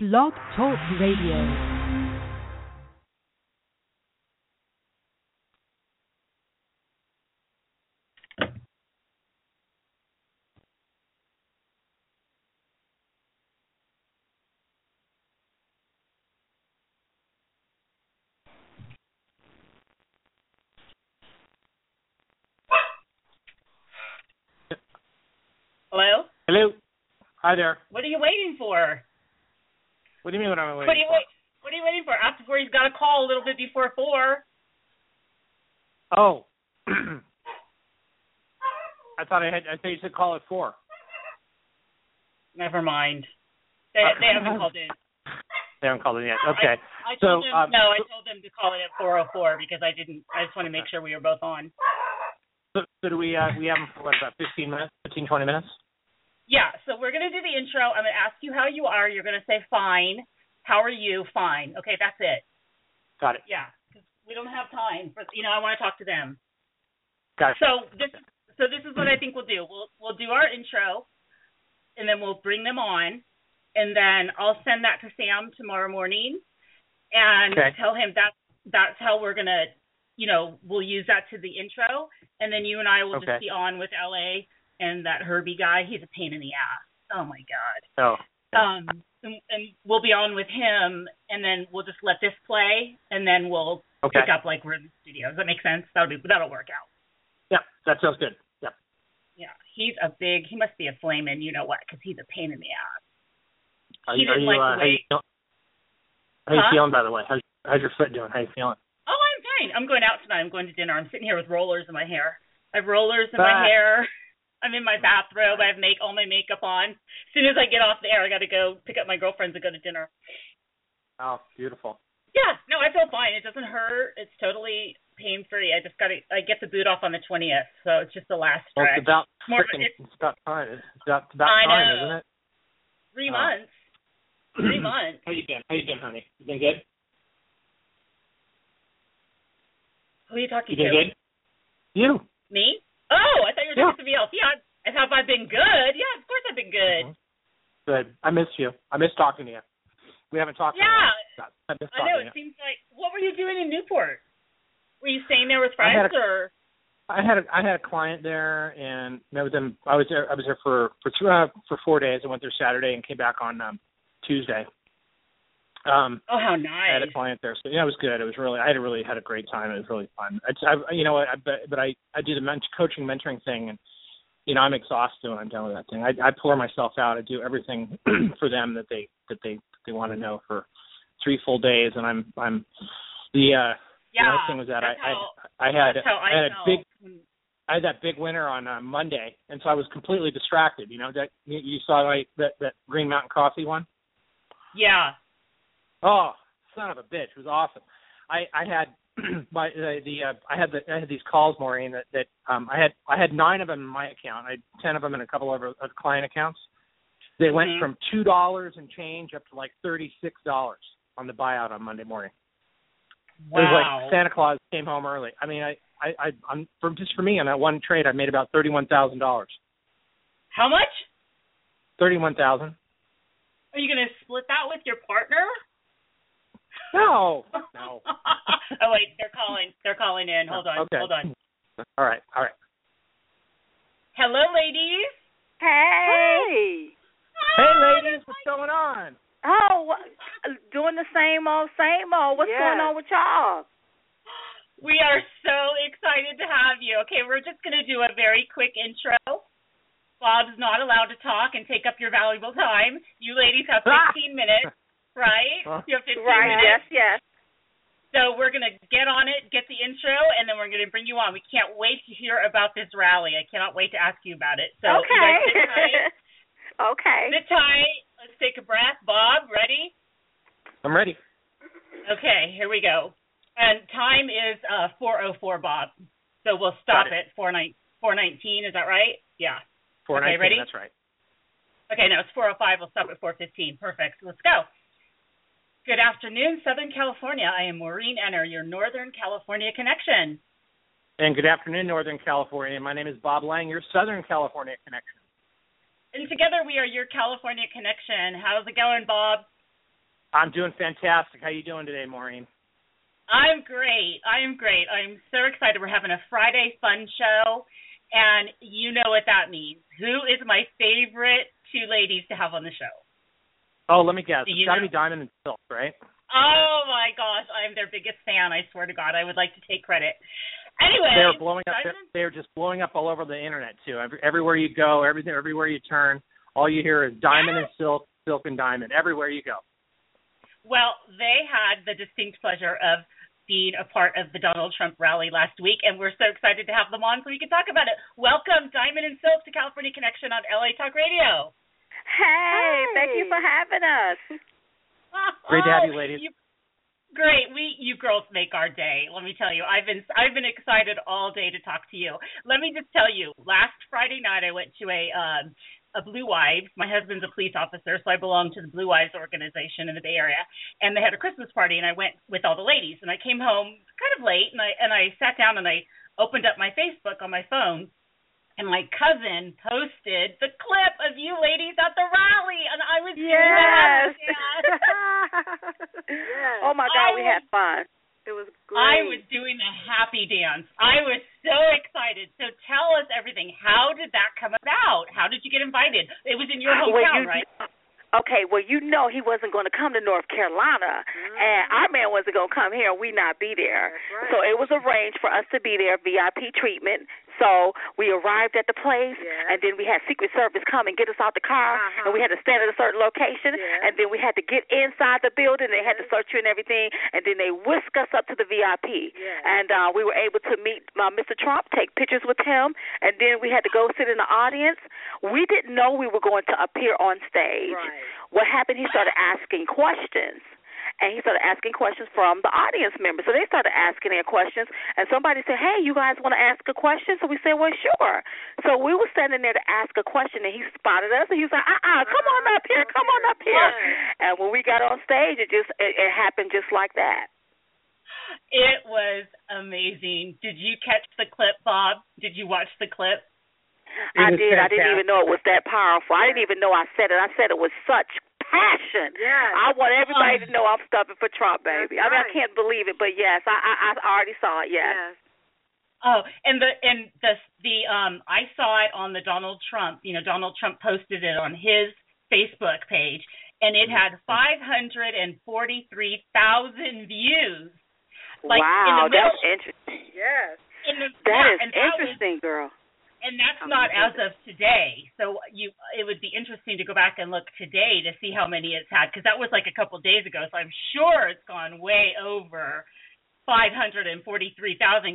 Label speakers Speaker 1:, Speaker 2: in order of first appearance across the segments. Speaker 1: Blog Talk Radio.
Speaker 2: Hello?
Speaker 3: Hello. Hi there.
Speaker 2: What are you waiting for?
Speaker 3: What do you mean what am I waiting
Speaker 2: What are you wait what are you waiting for? After four he's got a call a little bit before four.
Speaker 3: for? Oh. I thought I had I thought you said call at four.
Speaker 2: Never mind. They they haven't called in.
Speaker 3: They haven't called in yet. Okay.
Speaker 2: I
Speaker 3: So,
Speaker 2: told them
Speaker 3: um,
Speaker 2: no, I
Speaker 3: so-
Speaker 2: told them to call it at four oh four because I didn't I just want to make sure we were both on.
Speaker 3: So, so do we uh we have them for what about fifteen minutes, fifteen, twenty minutes?
Speaker 2: Yeah, so we're gonna do the intro. I'm gonna ask you how you are. You're gonna say fine. How are you? Fine. Okay, that's it.
Speaker 3: Got it.
Speaker 2: Yeah, 'cause we don't have time for you know. I want to talk to them.
Speaker 3: Got it.
Speaker 2: So this so this is what I think we'll do. We'll we'll do our intro, and then we'll bring them on, and then I'll send that to Sam tomorrow morning, and
Speaker 3: Okay.
Speaker 2: tell him that that's how we're gonna, you know, we'll use that to the intro, and then you and I will
Speaker 3: Okay.
Speaker 2: just be on with LA and that Herbie guy. He's a pain in the ass. Oh my god
Speaker 3: So Yeah.
Speaker 2: um and, and we'll be on with him and then we'll just let this play and then we'll
Speaker 3: okay.
Speaker 2: pick up like we're in the studio. Does that make sense? That'll be that'll work out.
Speaker 3: Yeah, that sounds good. Yeah.
Speaker 2: Yeah, he's a big. He must be a flamin', you know what? Because he's a pain in the ass.
Speaker 3: Are,
Speaker 2: He
Speaker 3: you- are
Speaker 2: didn't
Speaker 3: you
Speaker 2: like the
Speaker 3: uh, how you
Speaker 2: way-
Speaker 3: feeling? How you
Speaker 2: Huh?
Speaker 3: feeling by the way? How's how's your foot doing? How you feeling?
Speaker 2: Oh, I'm fine. I'm going out tonight. I'm going to dinner. I'm sitting here with rollers in my hair. I have rollers in
Speaker 3: Ah.
Speaker 2: my hair. I'm in my bathrobe. I have make all my makeup on. As soon as I get off the air, I got to go pick up my girlfriends and go to dinner.
Speaker 3: Oh, beautiful.
Speaker 2: Yeah, no, I feel fine. It doesn't hurt. It's totally pain free. I just got to. I get the boot off on the twentieth, so it's just the last
Speaker 3: Well,
Speaker 2: stretch.
Speaker 3: it's about
Speaker 2: More of
Speaker 3: frickin'
Speaker 2: it-
Speaker 3: it's about time. It's about, it's about
Speaker 2: I
Speaker 3: time,
Speaker 2: know.
Speaker 3: isn't it?
Speaker 2: Three
Speaker 3: Oh.
Speaker 2: months. Three months.
Speaker 3: How you been? How you been, honey? You been good?
Speaker 2: Who are you talking
Speaker 3: You
Speaker 2: to?
Speaker 3: been good? You.
Speaker 2: Me? Oh, I thought you were
Speaker 3: Yeah.
Speaker 2: talking to somebody else. Yeah, I- have I been good? Yeah, of course I've been good.
Speaker 3: Mhm. Good. I miss you. I miss talking to you. We haven't talked. in a
Speaker 2: Yeah,
Speaker 3: while. I miss
Speaker 2: I know.
Speaker 3: talking to
Speaker 2: It
Speaker 3: you.
Speaker 2: seems like. What were you doing in Newport? Were you staying there with
Speaker 3: I had
Speaker 2: friends or?
Speaker 3: I had a, I had a client there and met with them. I was there. I was there for for th- uh, for four days. I went there Saturday and came back on um, Tuesday. Um,
Speaker 2: Oh, how
Speaker 3: I had
Speaker 2: nice.
Speaker 3: a client there, so yeah, it was good. It was really. I had a really had a great time. It was really fun. It's, I, you know, I but but I I do the ment- coaching mentoring thing, and you know, I'm exhausted when I'm done with that thing. I, I pour myself out. I do everything for them that they that they they want to know for three full days, and I'm I'm the uh the
Speaker 2: Yeah.
Speaker 3: nice thing was that I
Speaker 2: that's how,
Speaker 3: I I had
Speaker 2: that's how I,
Speaker 3: had a
Speaker 2: felt.
Speaker 3: big I had that big winner on uh, Monday, and so I was completely distracted. You know that you- you saw like that that Green Mountain Coffee one.
Speaker 2: Yeah.
Speaker 3: Oh, son of a bitch, it was awesome. I I had my the, the uh, I had the I had these calls, Maureen, that that um I had I had nine of them in my account. I had ten of them in a couple of, of client accounts. They went
Speaker 2: Mhm.
Speaker 3: from two dollars and change up to like thirty six dollars on the buyout on Monday morning. It was
Speaker 2: Wow.
Speaker 3: like Santa Claus came home early. I mean, I I, I I'm from just for me on that one trade, I made about thirty one thousand dollars.
Speaker 2: how much?
Speaker 3: Thirty one thousand.
Speaker 2: Are you gonna split that with your partner?
Speaker 3: No, no.
Speaker 2: oh wait, they're calling. They're calling in. Hold on.
Speaker 3: Okay.
Speaker 2: Hold on.
Speaker 3: All right, all right.
Speaker 2: Hello, ladies.
Speaker 4: Hey.
Speaker 3: Hey,
Speaker 2: Hi,
Speaker 3: ladies, what's going on?
Speaker 4: Oh, what, doing the same old, same old. What's going on with y'all?
Speaker 2: We are so excited to have you. Okay, we're just going to do a very quick intro. Bob's not allowed to talk and take up your valuable time. You ladies have 15 minutes, right?
Speaker 3: Huh?
Speaker 2: You have 15
Speaker 4: Right. Yes,
Speaker 2: minutes.
Speaker 4: yes.
Speaker 2: So we're going to get on it, get the intro, and then we're going to bring you on. We can't wait to hear about this rally. I cannot wait to ask you about it. So you
Speaker 4: okay.
Speaker 2: guys sit tight.
Speaker 4: okay.
Speaker 2: Sit tight. Let's take a breath. Bob, ready?
Speaker 3: I'm ready.
Speaker 2: Okay, here we go. And time is uh 404, Bob. So we'll stop
Speaker 3: Got it.
Speaker 2: at 49 419. Is that right? Yeah.
Speaker 3: Four
Speaker 2: Okay,
Speaker 3: nineteen.
Speaker 2: ready?
Speaker 3: That's right.
Speaker 2: Okay, no, it's 405. We'll stop at 415. Perfect. Let's go. Good afternoon, Southern California. I am Maureen Enner, your Northern California connection.
Speaker 3: And good afternoon, Northern California. My name is Bob Lang, your Southern California connection.
Speaker 2: And together we are your California connection. How's it going, Bob?
Speaker 3: I'm doing fantastic. How you doing today, Maureen?
Speaker 2: I'm great. I'm great. I'm so excited. We're having a Friday fun show, and you know what that means. Who is my favorite two ladies to have on the show?
Speaker 3: Oh, let me guess.
Speaker 2: Do
Speaker 3: It's
Speaker 2: you
Speaker 3: got to
Speaker 2: know?
Speaker 3: be Diamond and Silk, right?
Speaker 2: Oh my gosh, I'm their biggest fan. I swear to God, I would like to take credit. Anyway,
Speaker 3: They were blowing up.
Speaker 2: Diamond-
Speaker 3: They were just blowing up all over the internet too. Every, everywhere you go, everything, everywhere you turn, all you hear is Diamond and
Speaker 2: Yes.
Speaker 3: Silk, Silk and Diamond. Everywhere you go.
Speaker 2: Well, they had the distinct pleasure of being a part of the Donald Trump rally last week, and we're so excited to have them on so we can talk about it. Welcome, Diamond and Silk, to California Connection on LA Talk Radio.
Speaker 4: Hey, thank you
Speaker 5: Hey.
Speaker 4: for having us.
Speaker 3: Great to have you,
Speaker 2: Oh,
Speaker 3: ladies.
Speaker 2: great. We you girls make our day. Let me tell you. I've been I've been excited all day to talk to you. Let me just tell you. Last Friday night I went to a um a Blue Wives. My husband's a police officer, so I belong to the Blue Wives organization in the Bay Area. And they had a Christmas party, and I went with all the ladies. And I came home kind of late, and I and I sat down and I opened up my Facebook on my phone, and my cousin posted the clip of you ladies at the rally, and I was screaming at
Speaker 4: Yes.
Speaker 2: her, Dad.
Speaker 5: Yes.
Speaker 4: Oh
Speaker 2: I
Speaker 4: my God, we
Speaker 2: was-
Speaker 4: had fun.
Speaker 5: It was great.
Speaker 2: I was doing the happy dance. I was so excited. So tell us everything. How did that come about? How did you get invited? It was in your
Speaker 4: well,
Speaker 2: hometown,
Speaker 4: Ah, you,
Speaker 2: right?
Speaker 4: Okay, well, you know he wasn't going to come to North Carolina, and our man wasn't going to come here, and we not be there.
Speaker 5: That's right.
Speaker 4: So it was arranged for us to be there, VIP treatment. So we arrived at the place,
Speaker 5: Yes.
Speaker 4: and then we had Secret Service come and get us out the car,
Speaker 5: Uh-huh.
Speaker 4: and we had to stand at a certain location,
Speaker 5: Yes.
Speaker 4: and then we had to get inside the building. They had to search you and everything, and then they whisk us up to the VIP.
Speaker 5: Yes.
Speaker 4: And uh, we were able to meet uh, Mr. Trump, take pictures with him, and then we had to go sit in the audience. We didn't know we were going to appear on stage
Speaker 5: right.
Speaker 4: what happened, he started asking questions. And he started asking questions from the audience members. So they started asking their questions. And somebody said, Hey, you guys want to ask a question? So we said, Well, sure. So we were standing there to ask a question, and he spotted us. And he was like, Uh uh come on up here. Come on up here. And when we got on stage, it just it, it happened just like that.
Speaker 2: It was amazing. Did you catch the clip, Bob? Did you watch the clip?
Speaker 3: It
Speaker 4: I
Speaker 3: was
Speaker 4: did. I didn't
Speaker 3: fantastic.
Speaker 4: even know it was that powerful. I didn't even know I said it. I said it with such passion.
Speaker 5: Yes.
Speaker 4: I want everybody to know I'm stumping for Trump, baby.
Speaker 5: That's
Speaker 4: I mean, I
Speaker 5: right.
Speaker 4: can't believe it, but yes, I I, I already saw it. Yes.
Speaker 5: yes.
Speaker 2: Oh, and the and the the um I saw it on the Donald Trump, you know, Donald Trump posted it on his Facebook page and it had 543,000 views. Like, in the
Speaker 4: wow,
Speaker 2: middle-
Speaker 4: that's interesting.
Speaker 5: Yes.
Speaker 2: In the,
Speaker 4: That
Speaker 2: yeah,
Speaker 4: is
Speaker 2: and that was-
Speaker 4: interesting, girl.
Speaker 2: And that's
Speaker 5: I'm
Speaker 2: not
Speaker 5: gonna
Speaker 2: as of today. So you, it would be interesting to go back and look today to see how many it's had, because that was like a couple days ago. So I'm sure it's gone way over 543,000.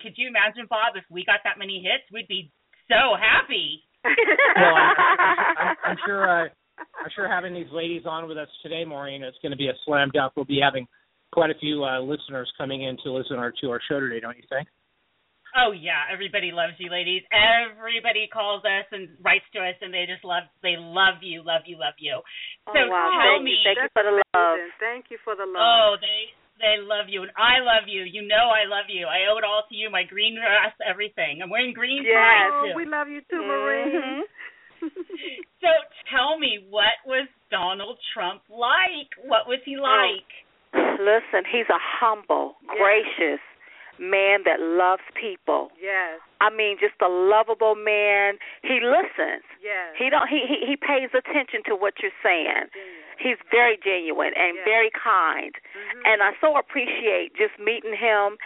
Speaker 2: Could you imagine, Bob, if we got that many hits, we'd be so happy.
Speaker 3: Well, I'm, I'm, I'm, I'm sure. Uh, I'm sure having these ladies on with us today, Maureen, it's going to be a slam dunk. We'll be having quite a few uh, listeners coming in to listen our, to our show today, don't you think?
Speaker 2: Oh yeah, everybody loves you, ladies. Everybody calls us and writes to us, and they just love, they love you, love you, love you.
Speaker 4: Oh,
Speaker 2: so
Speaker 4: wow.
Speaker 2: tell
Speaker 4: Thank
Speaker 2: me,
Speaker 4: you. Thank you
Speaker 5: That's
Speaker 4: for the love.
Speaker 5: Amazing. Thank you for the love.
Speaker 2: Oh, they they love you, and I love you. You know I love you. I owe it all to you. My green dress, everything. I'm wearing green
Speaker 4: Yes. Oh,
Speaker 2: tonight, too.
Speaker 4: Mm-hmm.
Speaker 5: Oh, we love you too, Marie.
Speaker 2: So tell me, what was Donald Trump like? What was he like?
Speaker 4: Listen, he's a humble,
Speaker 5: Yes.
Speaker 4: gracious man that loves people.
Speaker 5: yes.
Speaker 4: I mean, just a lovable man. He listens.
Speaker 5: Yes.
Speaker 4: He don't. He he, he pays attention to what you're saying.
Speaker 5: Genius.
Speaker 4: He's very genuine and
Speaker 5: Yes.
Speaker 4: very kind.
Speaker 5: Mhm.
Speaker 4: and I so appreciate just meeting him,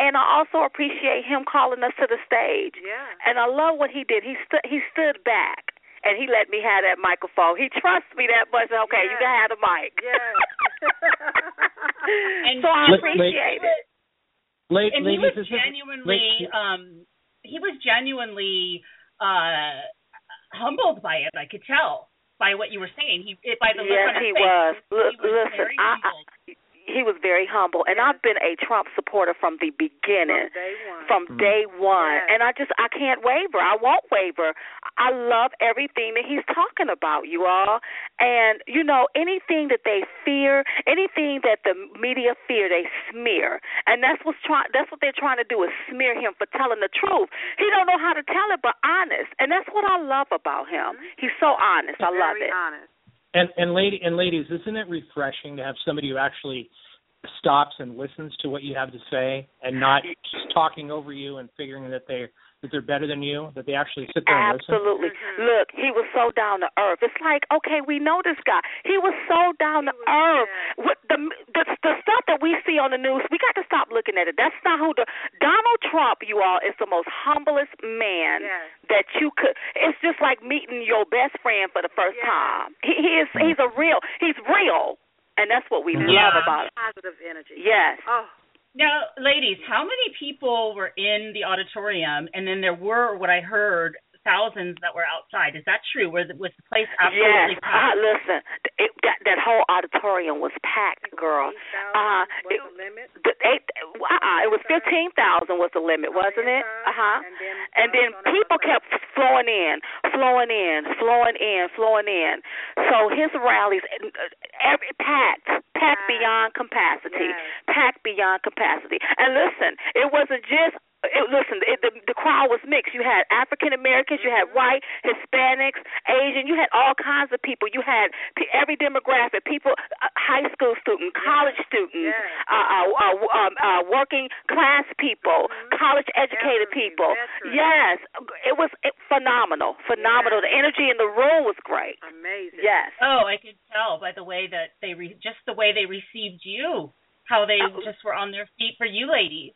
Speaker 4: and I also appreciate him calling us to the stage.
Speaker 5: yeah.
Speaker 4: And I love what he did. He stood he stood back and he let me have that microphone. He trusts me that much. Okay, you
Speaker 5: Yes.
Speaker 4: can have the mic.
Speaker 5: Yes.
Speaker 2: And
Speaker 4: so I
Speaker 2: he was-
Speaker 4: appreciate it.
Speaker 3: Late,
Speaker 2: And he
Speaker 3: ladies,
Speaker 2: was
Speaker 3: this is-
Speaker 2: genuinely,
Speaker 3: wait,
Speaker 2: um, he was genuinely uh, humbled by it. I could tell by what you were saying. He by the look
Speaker 4: Yes,
Speaker 2: on his
Speaker 4: he
Speaker 2: face,
Speaker 4: was.
Speaker 2: he
Speaker 4: Look,
Speaker 2: was
Speaker 4: listen,
Speaker 2: very
Speaker 4: I- I-
Speaker 2: humbled.
Speaker 4: He was very humble, and
Speaker 5: Yes.
Speaker 4: I've been a Trump supporter from the beginning.
Speaker 5: From day one.
Speaker 4: from
Speaker 3: Mhm.
Speaker 4: day one
Speaker 5: Yes.
Speaker 4: and i just i can't waver i won't waver i love everything that he's talking about you all and you know anything that they fear anything that the media fear they smear and that's what's trying that's what they're trying to do is smear him for telling the truth he don't know how to tell it but honest and that's what i love about him he's so honest i love
Speaker 5: Mm-hmm. Very
Speaker 4: it
Speaker 5: honest.
Speaker 3: And and lady and ladies, isn't it refreshing to have somebody who actually stops and listens to what you have to say and not just talking over you and figuring that they that they're better than you, that they actually sit there and listen?
Speaker 4: Absolutely.
Speaker 5: Mhm.
Speaker 4: Look, he was so down to earth. It's like, okay, we know this guy. He was so down to
Speaker 5: He was-
Speaker 4: earth. With the, the the stuff that we see on the news, we got to stop looking at it. That's not who the Donald Trump, you all, is the most humblest man
Speaker 5: Yes.
Speaker 4: that you could. It's just like meeting your best friend for the first
Speaker 5: Yeah.
Speaker 4: time. He, he is he's a real he's real, and that's what we
Speaker 2: Yeah.
Speaker 4: love about it.
Speaker 5: Positive energy.
Speaker 4: Yes.
Speaker 5: Oh,
Speaker 2: Now, ladies, how many people were in the auditorium, and then there were what I heard thousands that were outside? Is that true? Was was the place absolutely
Speaker 4: yes. Uh,
Speaker 2: packed?
Speaker 4: listen, it, that that whole auditorium was packed, girl.
Speaker 5: 8,000
Speaker 4: Uh,
Speaker 5: was
Speaker 4: it-
Speaker 5: the limit.
Speaker 4: The eight, uh, it was fifteen thousand was the limit, wasn't it?
Speaker 5: Yes,
Speaker 4: Uh huh.
Speaker 5: And then,
Speaker 4: And then
Speaker 5: on
Speaker 4: people
Speaker 5: another-
Speaker 4: kept flowing in, flowing in, flowing in, flowing in. So his rallies, uh, every packed, packed
Speaker 5: Packed.
Speaker 4: beyond capacity,
Speaker 5: Yes.
Speaker 4: packed beyond capacity. And listen, it wasn't just. It, listen, it, the, the crowd was mixed. You had African Americans, you had white, Hispanics, Asian. You had all kinds of people. You had p- every demographic: people, uh, high school student, college student,
Speaker 5: Yes.
Speaker 4: uh, uh, uh, um, uh, working class people,
Speaker 5: Mhm.
Speaker 4: college educated
Speaker 5: Elderly,
Speaker 4: people.
Speaker 5: veterans.
Speaker 4: Yes, it was it, phenomenal, phenomenal. The energy in the room was great.
Speaker 5: Amazing.
Speaker 4: Yes.
Speaker 2: Oh, I could tell by the way that they re- just the way they received you, how they
Speaker 4: Oh.
Speaker 2: just were on their feet for you, ladies.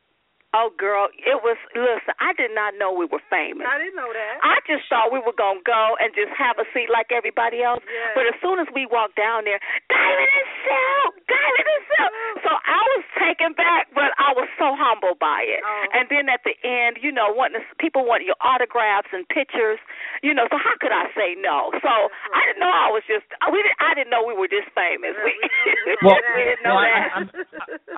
Speaker 4: Oh, girl, it was. Listen, I did not know we were famous.
Speaker 5: I didn't know that.
Speaker 4: I just thought we were gonna go and just have a seat like everybody else.
Speaker 5: Yes.
Speaker 4: But as soon as we walked down there, diamond and silk, diamond and silk. So I was taken back, but I was so humbled by it.
Speaker 5: Oh.
Speaker 4: And then at the end, you know, wanting to- people want your autographs and pictures, you know. So how could I say no? So I didn't know I was just. uh, We didn't. I didn't know we were this famous.
Speaker 5: Yeah,
Speaker 4: we,
Speaker 5: we
Speaker 3: Well,
Speaker 4: we didn't know
Speaker 3: well, I-
Speaker 4: that.
Speaker 3: I'm,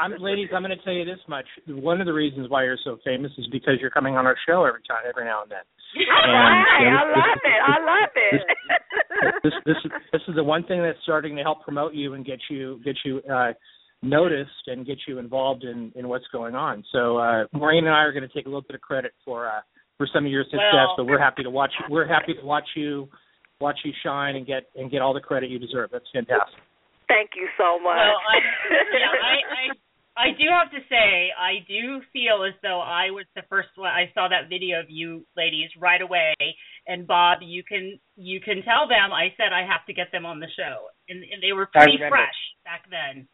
Speaker 3: I'm, I'm, ladies, I'm going to tell you this much. One of the reasons why you're so famous is because you're coming on our show every time, every now and then.
Speaker 4: All
Speaker 3: and-
Speaker 4: right,
Speaker 3: and
Speaker 4: I
Speaker 3: this-
Speaker 4: love it. I love it.
Speaker 3: this this is this is the one thing that's starting to help promote you and get you get you uh noticed and get you involved in in what's going on. So uh Maureen and I are going to take a little bit of credit for uh for some of your success,
Speaker 2: Well-
Speaker 3: but we're happy to watch we're happy to watch you watch you shine and get and get all the credit you deserve. That's fantastic.
Speaker 4: Thank you so much.
Speaker 2: Well, I, yeah, I, I I do have to say I do feel as though I was the first one. I saw that video of you ladies right away, and Bob, you can you can tell them I said I have to get them on the show, and, and they were
Speaker 3: I
Speaker 2: pretty
Speaker 3: remember.
Speaker 2: fresh back then.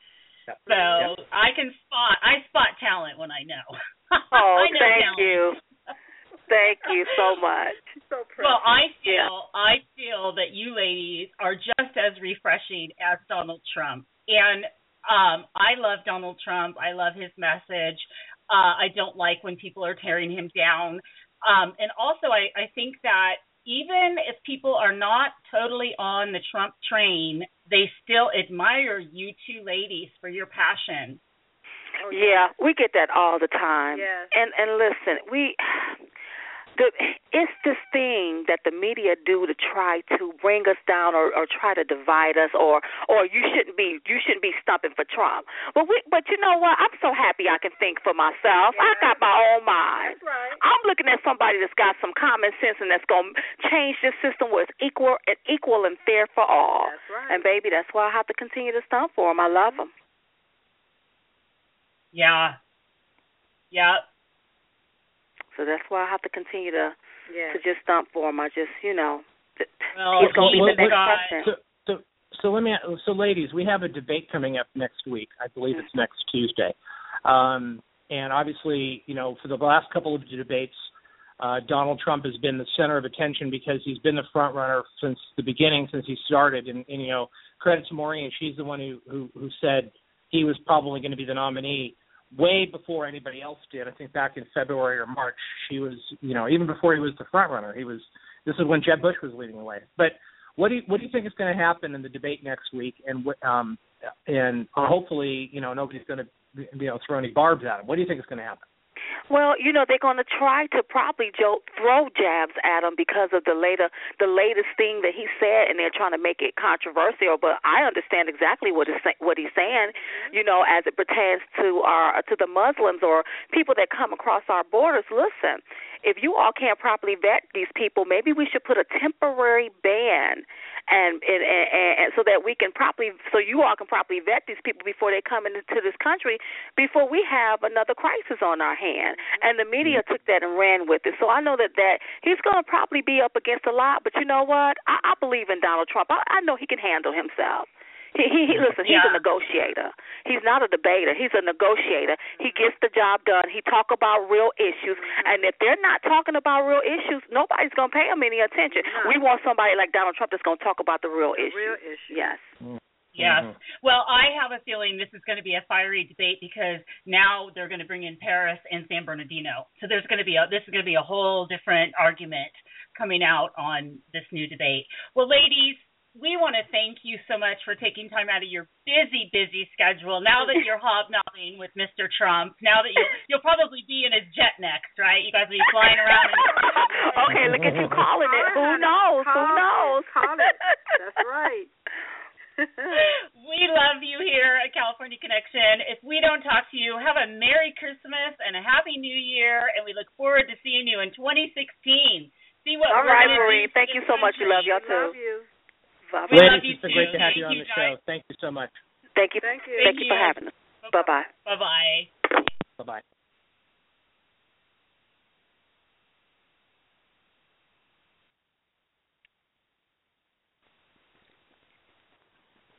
Speaker 3: Yep.
Speaker 2: So I can spot I spot talent when I know.
Speaker 4: Oh,
Speaker 2: I know
Speaker 4: thank
Speaker 2: talent.
Speaker 4: you. Thank you so much.
Speaker 5: so pretty.
Speaker 2: Well, I feel
Speaker 4: Yeah.
Speaker 2: I feel that you ladies are just as refreshing as Donald Trump, and um, I love Donald Trump. I love his message. Uh, I don't like when people are tearing him down, um, and also I, I think that even if people are not totally on the Trump train, they still admire you two ladies for your passion.
Speaker 5: Oh,
Speaker 4: Yeah, we get that all the time. um,
Speaker 5: Yes.
Speaker 4: And and listen, we the it's this thing that the media do to try to bring us down or, or try to divide us or or you shouldn't be you shouldn't be stumping for Trump. But we but you know what? I'm so happy I can think for myself. I got my own mind.
Speaker 5: That's right.
Speaker 4: I'm looking at somebody that's got some common sense and that's gonna change this system where it's equal and equal and fair for all.
Speaker 5: That's right.
Speaker 4: And baby, that's why I have to continue to stump for him. I love him.
Speaker 2: Yeah, yeah.
Speaker 4: So that's why I have to continue to
Speaker 5: yeah.
Speaker 4: to just stump for him. I just, you know, th-
Speaker 2: Oh, Well,
Speaker 4: he's gonna
Speaker 3: he-
Speaker 4: be the
Speaker 3: what-
Speaker 4: next
Speaker 2: what-
Speaker 4: president.
Speaker 3: So so so let me so ladies, we have a debate coming up next week. I believe it's next Tuesday. Um and obviously, you know, for the last couple of debates, uh Donald Trump has been the center of attention because he's been the front runner since the beginning, since he started and, and you know, credit to Maureen, she's the one who who, who said he was probably going to be the nominee way before anybody else did. I think back in February or March, she was, you know, even before he was the front runner, he was this is when Jeb Bush was leading the way. But what do you, what do you think is going to happen in the debate next week? And what um and hopefully you know nobody's going to you know throw any barbs at him. What do you think is going to happen?
Speaker 4: Well, you know they're going to try to probably jo- throw jabs at him because of the later, the latest thing that he said, and they're trying to make it controversial. But I understand exactly what is sa- what he's saying, you know, as it pertains to our to the Muslims or people that come across our borders. Listen, if you all can't properly vet these people, maybe we should put a temporary ban and and, and and and so that we can properly so you all can properly vet these people before they come into this country before we have another crisis on our hand and the media took that and ran with it so i know that that he's going to probably be up against a lot but you know what i, I believe in donald trump I, I know he can handle himself he, he, he listen. He's
Speaker 2: Yeah.
Speaker 4: a negotiator. He's not a debater. He's a negotiator. He gets the job done. He talk about real issues, and if they're not talking about real issues, nobody's gonna pay him any attention.
Speaker 5: No.
Speaker 4: We want somebody like Donald Trump that's gonna talk about the real
Speaker 5: The
Speaker 4: issues.
Speaker 5: real issue.
Speaker 4: Yes.
Speaker 2: Yes.
Speaker 3: Mhm.
Speaker 2: Well, I have a feeling this is going to be a fiery debate because now they're going to bring in Paris and San Bernardino. So there's going to be a this is going to be a whole different argument coming out on this new debate. Well, ladies, we want to thank you so much for taking time out of your busy, busy schedule. Now that you're hobnobbing with Mr. Trump, now that you you'll probably be in his jet next, right? You guys will be flying around. in-
Speaker 4: okay, look at you calling it. Who knows? Oh, Who
Speaker 5: Call it.
Speaker 4: knows?
Speaker 5: Call it. That's right.
Speaker 2: we love you here at California Connection. If we don't talk to you, have a Merry Christmas and a Happy New Year, and we look forward to seeing you in 2016. See what
Speaker 4: All
Speaker 2: we're
Speaker 4: right,
Speaker 2: gonna do
Speaker 4: Maureen.
Speaker 2: for
Speaker 4: Thank
Speaker 2: this
Speaker 4: you so much. We love
Speaker 2: country.
Speaker 4: y'all too.
Speaker 5: Love you.
Speaker 2: We
Speaker 4: Bye bye.
Speaker 2: love
Speaker 3: Ladies,
Speaker 2: you
Speaker 3: it's been great
Speaker 2: too.
Speaker 3: to have
Speaker 2: Thank
Speaker 3: you on
Speaker 2: you,
Speaker 3: the
Speaker 2: guys.
Speaker 3: show. Thank you so much.
Speaker 4: Thank you.
Speaker 5: Thank you.
Speaker 4: Thank you for having us. Bye bye.
Speaker 2: Bye bye.
Speaker 3: Bye bye.